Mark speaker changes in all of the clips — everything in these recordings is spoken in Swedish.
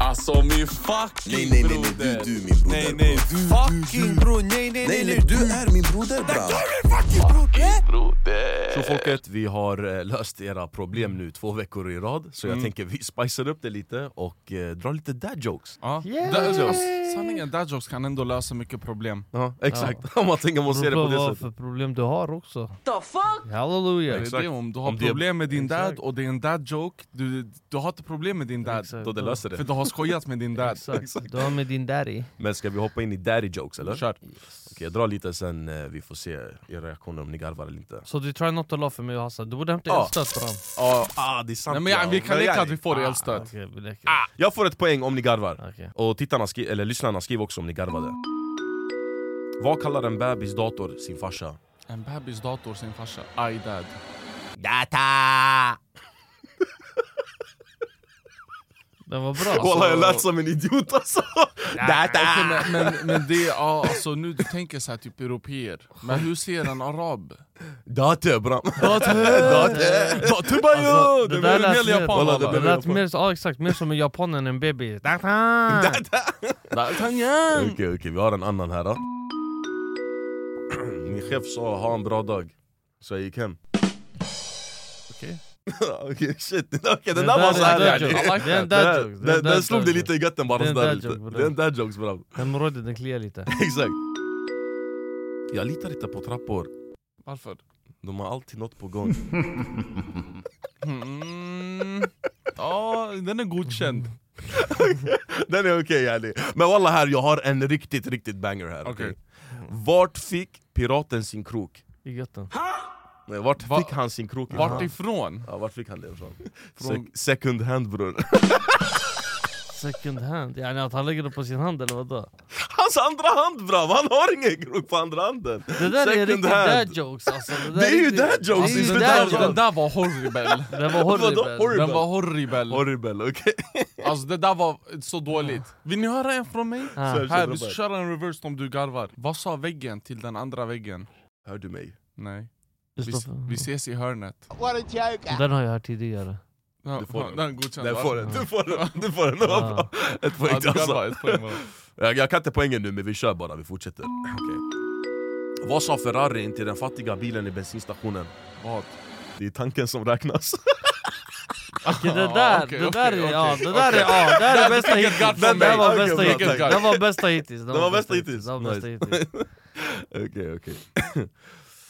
Speaker 1: Alltså min fucking
Speaker 2: Nej, nej, nej,
Speaker 1: broder.
Speaker 2: nej, du, du min broder.
Speaker 3: Nej, nej, du, du,
Speaker 1: Fucking
Speaker 3: du.
Speaker 1: bror, nej nej
Speaker 2: Nej,
Speaker 1: nej.
Speaker 2: nej, du är min broder bra.
Speaker 3: Eh,
Speaker 4: Så folket, vi har eh, löst era
Speaker 3: Mm.
Speaker 4: problem nu två veckor i rad Så jag tänker vi spicar upp det lite och eh, drar lite dad jokes
Speaker 3: Ja. Dadjokes. Sanningen, dadjokes kan ändå lösa mycket problem.
Speaker 4: Ja, exakt, om man tänker man ser det på
Speaker 5: Beror
Speaker 4: det
Speaker 5: på vad
Speaker 4: sättet
Speaker 5: för problem du har också.
Speaker 6: The fuck?
Speaker 5: Halleluja!
Speaker 3: Det är
Speaker 4: Exakt.
Speaker 3: det, om du har
Speaker 4: Om det-
Speaker 3: problem med din dad
Speaker 5: Exakt.
Speaker 3: och det är en dadjoke, du, du har inte problem med din dad.
Speaker 5: Exakt.
Speaker 4: Då det löser
Speaker 3: För
Speaker 4: det
Speaker 3: du har skojat med din dad.
Speaker 5: Exakt, du har med din daddy.
Speaker 4: Men ska vi hoppa in i daddy jokes eller?
Speaker 3: Kör.
Speaker 4: Okej, jag drar lite sen eh, vi får se er reaktioner om ni garvar eller inte
Speaker 5: Så du try not to laugh för mig och Hassan, du borde hämta
Speaker 4: Ja.
Speaker 5: elstöt från
Speaker 4: Ja, ah, det är Ah. sant
Speaker 3: Nej, men ja, vi kan leka att vi får
Speaker 5: Okej,
Speaker 3: elstöt.
Speaker 5: vi leker.
Speaker 4: Ah, jag får ett poäng om ni garvar
Speaker 5: Okej.
Speaker 4: Och tittarna, skri- eller lyssnarna, skriv också om ni garvade Vad kallar en bebis dator sin farsa?
Speaker 3: En bebis dator sin farsa, aj dad.
Speaker 4: Data!
Speaker 5: Den var bra.
Speaker 3: Alltså-
Speaker 4: Walla jag lät som en idiot alltså!
Speaker 3: Okej,
Speaker 4: Data!
Speaker 3: men, men, men det, ja, alltså nu du tänker så här typ europeer, men hur ser en arab?
Speaker 4: Data bram!
Speaker 5: Alltså, det
Speaker 3: Det
Speaker 5: där
Speaker 3: är mer
Speaker 5: lät mer-
Speaker 3: japan
Speaker 4: Walla,
Speaker 3: walla.
Speaker 5: Det lät mer, ja, exakt, mer som en japan än en baby.
Speaker 4: Okej okej, vi har en annan här då Min chef sa ha en bra dag Så jag gick hem
Speaker 3: Okej.
Speaker 4: Okej shit, okej
Speaker 5: Det
Speaker 4: den där var
Speaker 5: är en dad
Speaker 4: såhär
Speaker 5: joke. Det är en
Speaker 4: Det
Speaker 5: dad
Speaker 4: här-
Speaker 5: joke. Det
Speaker 4: Den
Speaker 5: är en dad
Speaker 4: den slog dig
Speaker 5: joke.
Speaker 4: lite i götten bara
Speaker 5: Det är en
Speaker 4: sådär
Speaker 5: dad
Speaker 4: lite
Speaker 5: joke, bro.
Speaker 4: Det är en dad jokes bram
Speaker 5: Hemorrojden den kliar lite.
Speaker 4: Exakt Jag litar inte på trappor,
Speaker 3: Varför?
Speaker 4: de har alltid något på gång
Speaker 3: Mm. Ja, den är godkänd.
Speaker 4: Den är okej yani Men walla här, jag har en riktigt riktigt banger här
Speaker 3: Okej.
Speaker 4: Vart fick piraten sin krok?
Speaker 5: I götten.
Speaker 4: Nej, Vart
Speaker 3: Va-
Speaker 4: fick han sin krok ifrån?
Speaker 3: Vart ifrån?
Speaker 4: Ja, vart fick han det ifrån?
Speaker 3: Från-
Speaker 4: Sek- second hand bror
Speaker 5: Second hand, yani att han lägger det på sin hand eller vadå?
Speaker 4: Hans andra hand bra, han har ingen krok på andra handen!
Speaker 5: Det där är
Speaker 4: Second
Speaker 5: riktigt
Speaker 4: hand.
Speaker 5: dad jokes alltså. där
Speaker 4: Det är ju
Speaker 5: riktigt-
Speaker 4: dad jokes,
Speaker 5: Det är ju
Speaker 4: inte
Speaker 5: dad
Speaker 4: dad
Speaker 3: Den
Speaker 5: jokes.
Speaker 3: Alltså, där var horribel.
Speaker 5: Den var horribel.
Speaker 4: Horribel.
Speaker 3: Den var horribel.
Speaker 4: Horribel, okej?
Speaker 3: Alltså det där var så dåligt. Vill ni höra en från mig?
Speaker 5: Ah.
Speaker 4: Så-
Speaker 3: Här, vi ska köra en reverse om du garvar. Vad sa väggen till den andra väggen?
Speaker 4: Hör du mig?
Speaker 3: Nej. Vi,
Speaker 5: Just det.
Speaker 3: vi ses i hörnet.
Speaker 5: Den har jag hört tidigare.
Speaker 3: Ja,
Speaker 4: Du får
Speaker 3: ja,
Speaker 4: den.
Speaker 3: Den godkänns
Speaker 4: Nej,
Speaker 3: va?
Speaker 4: får den, du får den, du får den, det var
Speaker 5: Ja.
Speaker 4: bra! Ett poäng
Speaker 3: Ja,
Speaker 4: till
Speaker 3: du garvar,
Speaker 4: alltså.
Speaker 3: ett poäng var det.
Speaker 4: jag, jag kan inte poängen nu men vi kör bara, vi fortsätter Okej. Vad sa Ferrari till den fattiga bilen i bensinstationen?
Speaker 3: Vad?
Speaker 4: Det är tanken som räknas
Speaker 5: Okej det
Speaker 3: Ja,
Speaker 5: där,
Speaker 3: okej,
Speaker 5: det
Speaker 3: okej,
Speaker 5: där är, ja,
Speaker 3: okej,
Speaker 5: det där är, ja, det här är bästa
Speaker 3: vilket
Speaker 5: hittills.
Speaker 3: garv
Speaker 5: Det
Speaker 3: från
Speaker 5: där
Speaker 3: mig.
Speaker 5: var
Speaker 4: Okej,
Speaker 5: bästa
Speaker 4: bra,
Speaker 5: hittills.
Speaker 4: tack.
Speaker 5: Det var bästa hittills.
Speaker 4: Det var bästa hittills.
Speaker 5: Det var bästa
Speaker 4: Nice.
Speaker 5: hittills.
Speaker 4: Okej, okej.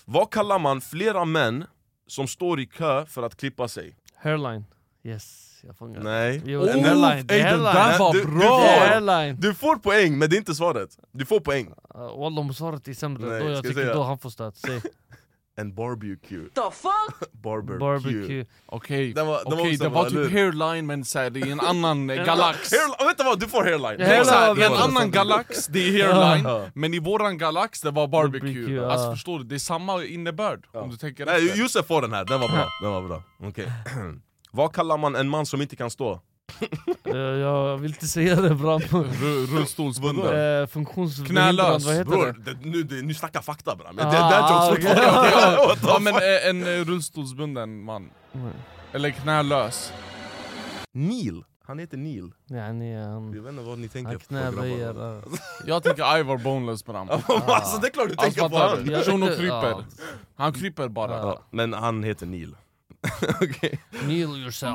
Speaker 4: Vad kallar man flera män som står i kö för att klippa sig?
Speaker 5: Hairline. Yes, jag fångar.
Speaker 4: Nej.
Speaker 5: Jo,
Speaker 4: Oh,
Speaker 5: en hairline. Det
Speaker 4: ey,
Speaker 5: är
Speaker 4: den
Speaker 5: hairline.
Speaker 4: där var
Speaker 3: Du-
Speaker 4: bra!
Speaker 3: du
Speaker 5: Det är
Speaker 3: får-
Speaker 5: hairline.
Speaker 4: Du får poäng, men det är inte svaret. Du får poäng.
Speaker 5: Uh, Walla om svaret är sämre,
Speaker 4: Nej,
Speaker 5: då jag
Speaker 4: ska jag
Speaker 5: tycker
Speaker 4: säga?
Speaker 5: då han får stöt. Säg
Speaker 4: En barbecue.
Speaker 6: The fuck?
Speaker 4: Barbecue.
Speaker 5: barbecue.
Speaker 3: Okej,
Speaker 4: Den var- den var
Speaker 3: Okej,
Speaker 4: också
Speaker 3: det var
Speaker 4: bra,
Speaker 3: typ hairline men så här, det är en annan eh, galax.
Speaker 4: Hairline, vänta vad, du får hairline.
Speaker 5: Hairline
Speaker 3: Det är så här,
Speaker 5: var
Speaker 3: det är en
Speaker 5: bra.
Speaker 3: annan galax, det är hairline,
Speaker 4: Ja.
Speaker 3: men i våran galax det var barbecue.
Speaker 5: Barbecue, ja.
Speaker 3: Alltså förstår du, det är samma innebörd
Speaker 4: Ja.
Speaker 3: om du tänker efter.
Speaker 4: Nej, Josef får den här, den var bra. Den var bra. Okej. Vad kallar man en man som inte kan stå?
Speaker 5: Eh, jag vill inte säga det bra.
Speaker 3: Ru- Rullstolsbunden.
Speaker 5: Eh, Funktionsförhindrad,
Speaker 3: Knälös,
Speaker 5: vad heter
Speaker 4: Bror,
Speaker 5: det?
Speaker 4: det, nu, det, nu snacka fakta bram. Det,
Speaker 5: Ah,
Speaker 4: det är jokes
Speaker 5: okej.
Speaker 4: fortfarande. What the
Speaker 3: Ja
Speaker 4: fuck?
Speaker 3: men eh, en eh, rullstolsbunden man.
Speaker 5: Mm.
Speaker 3: Eller knälös.
Speaker 4: Neil, han heter Neil.
Speaker 5: Yani, han,
Speaker 4: Jag vet inte vad ni tänker
Speaker 5: han
Speaker 4: på
Speaker 5: knäböjer.
Speaker 4: grabbar.
Speaker 5: eh.
Speaker 3: Jag tänker Ivar Boneless bram.
Speaker 4: alltså det är klart du tänker
Speaker 3: Alltså,
Speaker 4: på
Speaker 3: fattar
Speaker 4: han.
Speaker 3: du?
Speaker 5: Jag
Speaker 3: Shuno
Speaker 5: tyckte-
Speaker 3: kryper. Han kryper bara.
Speaker 5: Ja.
Speaker 4: Ja, men han heter Neil. Okej.
Speaker 5: ja, Kneel yourself.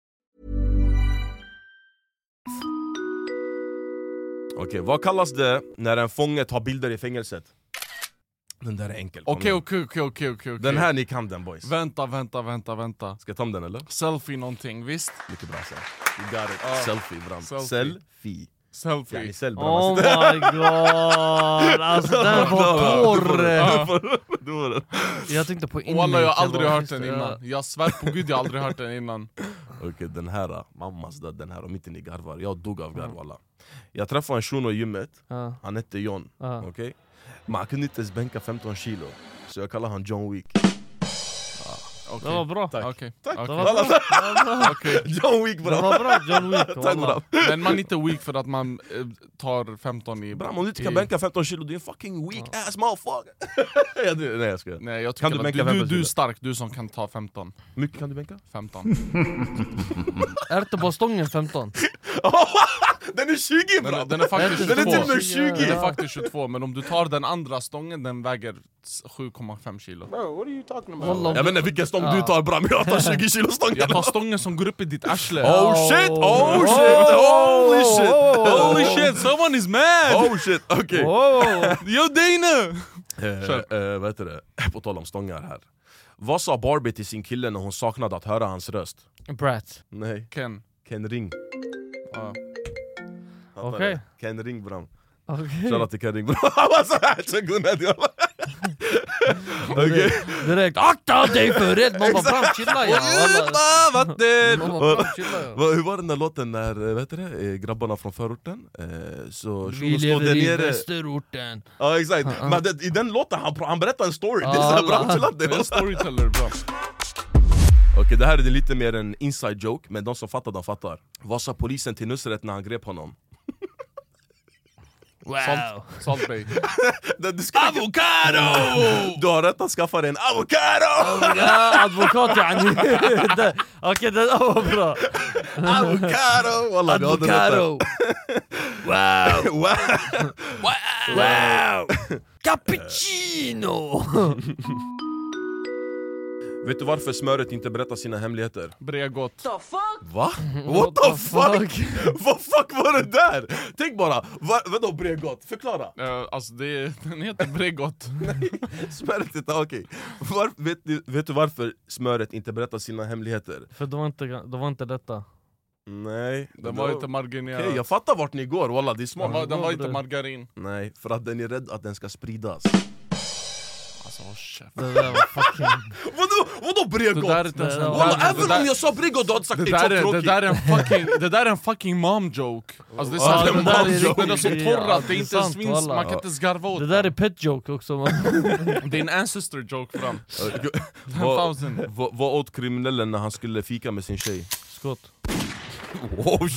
Speaker 4: Okej, vad kallas det när en fånge tar bilder i fängelset? Den där är enkel. kom
Speaker 3: Okej
Speaker 4: igen.
Speaker 3: okej okej okej okej.
Speaker 4: Den här ni kan den boys.
Speaker 3: Vänta, vänta, vänta, vänta.
Speaker 4: Ska jag ta om den eller?
Speaker 3: Selfie någonting, visst?
Speaker 4: Mycket bra sen. You got it. Selfie bram.
Speaker 3: Selfie.
Speaker 4: Selfie.
Speaker 3: Selfie.
Speaker 4: Yani sell bram.
Speaker 5: Oh my god! Alltså den var torr!
Speaker 4: Du får den, du får den.
Speaker 5: Jag tänkte på inmate.
Speaker 3: Walla jag har
Speaker 5: bara,
Speaker 3: aldrig hört
Speaker 5: just
Speaker 3: den
Speaker 5: det,
Speaker 3: innan. Jag svär på gud jag har aldrig hört den innan.
Speaker 4: Okej den här, mammas död den här, om inte ni garvar, jag dog av garv walla Jag träffade en shuno i gymmet,
Speaker 5: Ja.
Speaker 4: han hette John,
Speaker 5: Ja.
Speaker 4: okej? Men han kunde inte ens bänka 15 kilo, så jag kallar han John Wick
Speaker 3: Okej.
Speaker 5: Det var bra.
Speaker 4: Tack.
Speaker 3: Okej.
Speaker 5: Det
Speaker 3: Okej.
Speaker 5: var bra. Det var bra.
Speaker 4: John Wick
Speaker 5: Det
Speaker 4: bra!
Speaker 5: var bra John Wick.
Speaker 4: Tack
Speaker 5: wallah.
Speaker 4: bra!
Speaker 3: Men man är inte weak för att man eh, tar 15 i...
Speaker 4: Bram om du inte kan
Speaker 3: i-
Speaker 4: bänka 15 kilo, du är en fucking weak ass motherfucker! Jag dri- Nej jag skojar,
Speaker 3: Nej jag tycker
Speaker 4: Kan du
Speaker 3: att
Speaker 4: bänka
Speaker 3: du, du,
Speaker 4: 15
Speaker 3: du är
Speaker 4: kilo?
Speaker 3: stark, du som kan ta 15.
Speaker 4: hur mycket kan du bänka?
Speaker 3: 15.
Speaker 5: Är det inte bara stången 15?
Speaker 4: Den är 20
Speaker 3: Den är,
Speaker 4: bram!
Speaker 3: den är faktiskt
Speaker 4: Den är till och
Speaker 3: 22.
Speaker 4: med 20!
Speaker 3: Den är
Speaker 5: Ja.
Speaker 3: faktiskt 22, men om du tar den andra stången, den väger 7,5 kilo.
Speaker 5: Wallah, om
Speaker 4: Jag vet inte vilken stång du tar bram, jag tar 20 kilo stången!
Speaker 3: Jag tar stången som går upp i ditt arsle!
Speaker 4: Oh shit! Oh
Speaker 5: Oh.
Speaker 4: shit! Holy shit!
Speaker 3: Holy shit, someone is mad!
Speaker 4: Oh shit! Okej!
Speaker 5: Wow!
Speaker 3: Yo Dana!
Speaker 4: Eh, eh, vad heter det? På tal om stångar här. Vad sa Barbie till sin kille när hon saknade att höra hans röst?
Speaker 5: Brat.
Speaker 4: Nej,
Speaker 3: Ken.
Speaker 4: Ken Ring.
Speaker 3: Ja.
Speaker 4: Fattar du?
Speaker 5: Ah. Okej. Mm.
Speaker 4: Ken Ring bram.
Speaker 5: Okej.
Speaker 4: Shoutout till Ken Ring bram. Han var såhär, så godnatt jag bara- Okej.
Speaker 5: Direkt akta dig för rädd! Man bara bram chilla ja. Mm. wallah.
Speaker 4: Djupa vatten!
Speaker 5: Man bara bram chilla ja.
Speaker 4: Vad- Hur var den där låten när eh, vad heter det, eh, grabbarna från förorten, eh, så
Speaker 5: Vi
Speaker 4: shunon stod
Speaker 5: lever
Speaker 4: där
Speaker 5: i
Speaker 4: nere
Speaker 5: västerorten.
Speaker 4: Ja exakt, men det, i den låten han, pra- han berättar en story, det är såhär
Speaker 5: Alla.
Speaker 4: bra, chilla inte.
Speaker 3: Jag är storyteller bra.
Speaker 4: Okej det här är lite mer en inside joke, men de som fattar de fattar Vad sa polisen till Nusret när han grep honom?
Speaker 5: Wow!
Speaker 3: Salt, Salt Bay.
Speaker 4: Du, du ska... Avocado! Du har rätt att skaffa dig en avocado!
Speaker 5: Ja, advokat yani! Det- Okej det där var bra!
Speaker 4: Avocado! Wallah, vi har den
Speaker 5: Advocado!
Speaker 4: rätta. Wow!
Speaker 5: Wow! Cappuccino!
Speaker 4: Vet du varför smöret inte berättar sina hemligheter?
Speaker 3: Brea gott.
Speaker 4: Va? What the fuck? Vad fuck var det där? Tänk bara, va, vadå Bregott? Förklara!
Speaker 3: Uh, alltså det, är- den heter Bregott.
Speaker 4: Smöret inte, okej Var- vet, du- vet du varför smöret inte berättar sina hemligheter?
Speaker 5: För det var inte, det var inte detta.
Speaker 4: Nej,
Speaker 3: Den var inte
Speaker 4: Okej,
Speaker 3: marginerad.
Speaker 4: jag fattar vart ni går, walla det är
Speaker 3: Den
Speaker 4: smart
Speaker 3: var, den var inte
Speaker 5: Bra.
Speaker 3: margarin.
Speaker 4: Nej, för att den är rädd att den ska spridas
Speaker 3: Alltså håll käften.
Speaker 5: Det där var fucking...
Speaker 4: Vadå, vadå
Speaker 3: Det
Speaker 4: Bregott?
Speaker 3: där är inte ens en...
Speaker 5: Walla,
Speaker 4: Walla,
Speaker 3: det där-
Speaker 4: även om jag sa Bregott du hade sagt
Speaker 3: Det
Speaker 4: det
Speaker 3: där, är,
Speaker 4: är
Speaker 3: det,
Speaker 4: tråkigt
Speaker 3: där är en fucking, det där är en fucking mom joke! Alltså det är
Speaker 4: Ja,
Speaker 3: sant,
Speaker 4: det
Speaker 3: det
Speaker 4: där är
Speaker 3: där är men det är så
Speaker 5: riktigt- ja,
Speaker 3: torrat,
Speaker 5: det
Speaker 3: det
Speaker 5: är
Speaker 3: är inte ens
Speaker 5: sant,
Speaker 3: finns,
Speaker 5: wallah.
Speaker 3: man kan inte ens garva åt
Speaker 5: Det där är pet joke också man.
Speaker 3: det är en ancestor joke fram
Speaker 4: Vad
Speaker 3: 1000.
Speaker 4: vad- vad åt kriminellen när han skulle fika med sin tjej?
Speaker 5: Skott.
Speaker 4: Oh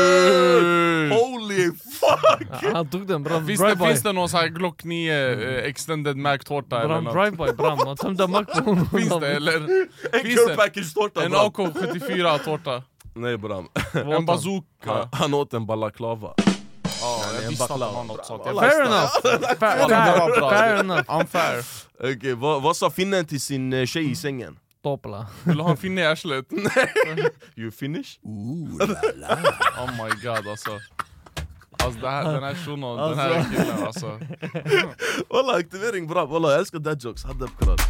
Speaker 4: shit! Holy fuck!
Speaker 5: Han tog den, bram
Speaker 3: Finns det,
Speaker 5: drive-by.
Speaker 3: finns det någon sån här Glock 9 eh, extended Mac-tårta eller
Speaker 5: Bram
Speaker 3: något?
Speaker 5: drive-by bram, han tömde mack på honom.
Speaker 3: Finns det eller?
Speaker 4: En
Speaker 3: Finns
Speaker 4: curl
Speaker 3: det?
Speaker 4: package tårta
Speaker 3: En
Speaker 4: bram!
Speaker 3: AK74-tårta?
Speaker 4: Nej bram,
Speaker 3: En bazooka?
Speaker 4: han, han åt en balaklava
Speaker 3: Ja, jag visste att det var något sånt. Jag
Speaker 5: Fair
Speaker 3: visste-
Speaker 5: enough! Fair,
Speaker 3: Ja, det var
Speaker 5: fair,
Speaker 3: bra.
Speaker 5: fair enough!
Speaker 3: Unfair.
Speaker 4: Okej, vad, vad sa finnen till sin eh, tjej i sängen?
Speaker 5: Toppla.
Speaker 3: Vill du ha en finne i arslet?
Speaker 4: You finish?
Speaker 3: Oh my god alltså. Alltså det här, den här shunon, den här
Speaker 5: Alltså.
Speaker 3: killen alltså.
Speaker 4: Walla aktivering bra, walla jag älskar dad jokes, hade uppkollat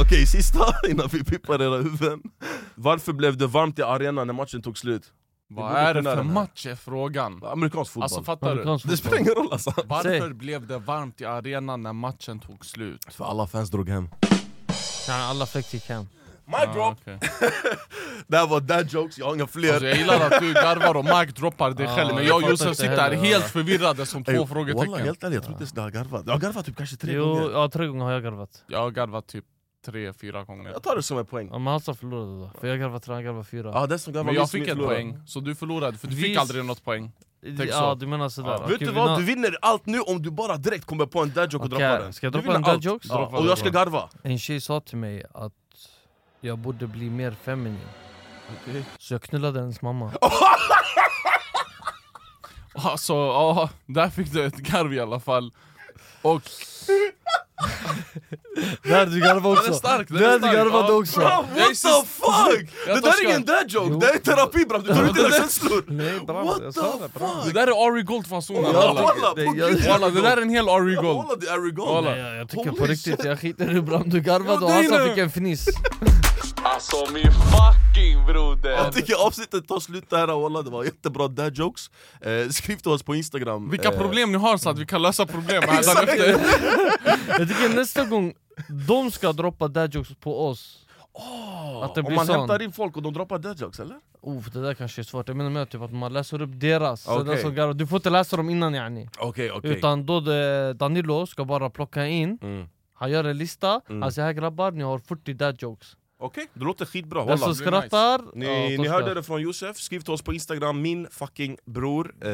Speaker 4: Okej sista innan vi pippar era huvuden Varför blev det varmt i arenan när matchen tog slut?
Speaker 3: Vad är det för match är frågan?
Speaker 4: Amerikansk fotboll
Speaker 3: Alltså fattar du?
Speaker 5: Amerikansk
Speaker 4: Det spelar
Speaker 5: fotboll.
Speaker 4: ingen roll alltså
Speaker 3: Varför blev det varmt i arenan när matchen tog slut?
Speaker 4: För alla fans drog hem
Speaker 5: Ja, Alla fläkt gick hem.
Speaker 4: My
Speaker 3: Ja,
Speaker 4: drop!
Speaker 3: okej.
Speaker 4: Det här var dad jokes, jag har inga fler
Speaker 3: Alltså jag gillar att du garvar och Mark droppar dig
Speaker 5: Ja,
Speaker 3: själv Men
Speaker 5: jag
Speaker 3: jag och Josef
Speaker 5: fattar inte
Speaker 3: sitter här
Speaker 5: heller,
Speaker 3: helt
Speaker 5: va?
Speaker 3: förvirrade som två
Speaker 4: Ey, Walla
Speaker 3: frågetecken
Speaker 4: helt ärligt, jag tror inte ens du har garvat Du har garvat typ kanske tre
Speaker 5: Jo,
Speaker 4: gånger
Speaker 5: ja, tre gånger har jag garvat.
Speaker 3: Jag har garvat typ tre, fyra gånger
Speaker 4: Jag tar det som en poäng
Speaker 5: Ja, men Halsa förlorade då. För jag garvade tre, han garvade fyra.
Speaker 4: Ja, den som garvar
Speaker 3: Men jag
Speaker 4: minst,
Speaker 3: fick
Speaker 4: ni
Speaker 3: en
Speaker 4: förlorar.
Speaker 3: poäng, så du förlorade för du
Speaker 5: Vi-
Speaker 3: fick aldrig något poäng tänk
Speaker 5: ja
Speaker 3: så.
Speaker 5: du menar sådär.
Speaker 3: Ja.
Speaker 5: Okej,
Speaker 4: Vet du
Speaker 5: vi
Speaker 4: vad?
Speaker 5: na-
Speaker 4: Du vinner allt nu om du bara direkt kommer på en dad joke och
Speaker 5: Okej,
Speaker 4: droppar den
Speaker 5: ska jag
Speaker 4: Du
Speaker 5: droppa
Speaker 4: vinner
Speaker 5: en dad
Speaker 4: allt.
Speaker 5: jokes?
Speaker 4: Ja,
Speaker 5: Droppa,
Speaker 4: Och jag ska
Speaker 5: droppa.
Speaker 4: garva
Speaker 5: En tjej sa till mig att jag borde bli mer feminin. Så jag knullade hennes mamma.
Speaker 3: Alltså, ja, där fick du ett garv i alla fall Och
Speaker 5: Där du
Speaker 3: Den
Speaker 5: garvade
Speaker 3: är
Speaker 4: Alltså,
Speaker 3: stark, den är stark ja.
Speaker 4: Bra,
Speaker 3: Jag är
Speaker 4: what the
Speaker 3: sist.
Speaker 4: fuck!
Speaker 3: Jag
Speaker 4: Det
Speaker 3: tar
Speaker 4: där är ingen
Speaker 3: skratt.
Speaker 4: dad joke,
Speaker 5: Jo.
Speaker 4: det är terapi bram, du tar ut dina känslor!
Speaker 5: Nej bra,
Speaker 4: What
Speaker 5: jag
Speaker 4: the
Speaker 5: sa det bra.
Speaker 3: Det
Speaker 4: fuck!
Speaker 3: där är Ari Gold-fasoner
Speaker 4: Ja,
Speaker 3: walla
Speaker 4: Walla, på
Speaker 5: det- jag-
Speaker 4: gud!
Speaker 3: Walla, det där är en hel Ari Gold
Speaker 4: Walla, det är Aragon!
Speaker 3: Walla.
Speaker 5: Nej, jag, jag tycker
Speaker 4: Holy
Speaker 5: på riktigt,
Speaker 4: shit.
Speaker 5: jag skiter i hur bra du garvade
Speaker 3: Jo,
Speaker 5: och
Speaker 3: det är
Speaker 5: Hassan
Speaker 3: nu.
Speaker 5: fick en fniss.
Speaker 4: Jag tycker avsnittet tar slut där, walla det var jättebra dad jokes eh, Skriv till oss på instagram
Speaker 3: Vilka
Speaker 4: eh,
Speaker 3: problem ni har så att vi kan lösa problem här efter
Speaker 5: Jag tycker nästa gång de ska droppa dad jokes på oss Att det
Speaker 4: Om
Speaker 5: blir
Speaker 4: man
Speaker 5: sån...
Speaker 4: hämtar in folk och de droppar dead jokes eller?
Speaker 5: Oof, det där kanske är svårt, jag menar med typ att man läser upp deras så
Speaker 4: Okej.
Speaker 5: den som garvar- Du får inte läsa dem innan yani
Speaker 4: Okej
Speaker 5: Utan då det, Danilo ska bara plocka in,
Speaker 4: Mm.
Speaker 5: han gör en lista,
Speaker 4: Mm.
Speaker 5: han säger här grabbar ni har 40 dad jokes
Speaker 4: Okej, det låter skitbra,
Speaker 5: Den
Speaker 4: walla
Speaker 5: som
Speaker 3: blir nice.
Speaker 5: skrattar,
Speaker 4: Ni,
Speaker 5: ja,
Speaker 4: ni
Speaker 5: torskar.
Speaker 4: hörde det från Josef, skriv till oss på Instagram, min fucking bror eh,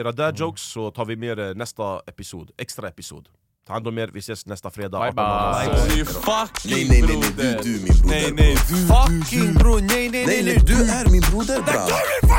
Speaker 4: Era dad
Speaker 3: Mm.
Speaker 4: jokes så tar vi med er nästa episod, extra episod Ta hand om er, vi ses nästa fredag
Speaker 3: Bye,
Speaker 4: 18.00.
Speaker 3: bye.
Speaker 1: Du är
Speaker 2: Nej
Speaker 1: fucking broder.
Speaker 2: nej nej nej, du du min broder
Speaker 1: Nej nej,
Speaker 2: bra.
Speaker 1: fucking bror, nej nej
Speaker 2: Nej
Speaker 1: nej
Speaker 2: nej,
Speaker 1: nej
Speaker 2: du är min broder bra.
Speaker 1: du.